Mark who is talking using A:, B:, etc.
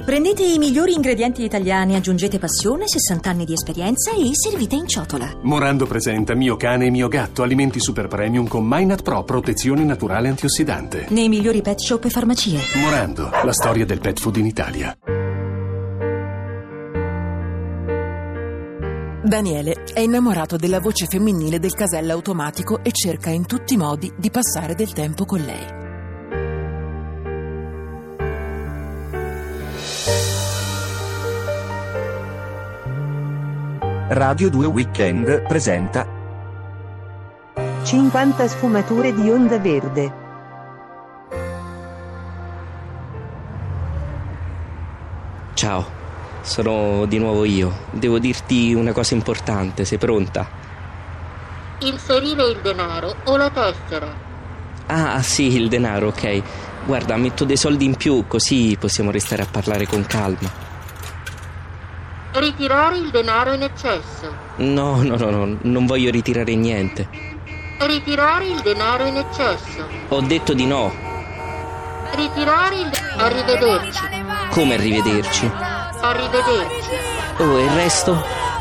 A: Prendete i migliori ingredienti italiani, aggiungete passione, 60 anni di esperienza e servite in ciotola.
B: Morando presenta Mio cane e mio gatto, alimenti super premium con Minat Pro, protezione naturale antiossidante.
A: Nei migliori pet shop e farmacie.
B: Morando, la storia del pet food in Italia.
C: Daniele è innamorato della voce femminile del casello automatico e cerca in tutti i modi di passare del tempo con lei.
D: Radio 2 Weekend presenta
E: 50 sfumature di onda verde.
F: Ciao, sono di nuovo io. Devo dirti una cosa importante, sei pronta?
G: Inserire il denaro o la tessera.
F: Ah, sì, il denaro, ok. Guarda, metto dei soldi in più, così possiamo restare a parlare con calma.
G: Ritirare il denaro in eccesso.
F: No, no, no, no, non voglio ritirare niente.
G: Ritirare il denaro in eccesso.
F: Ho detto di no.
G: Ritirare il denaro. Arrivederci.
F: Come arrivederci?
G: Arrivederci.
F: Oh, e il resto?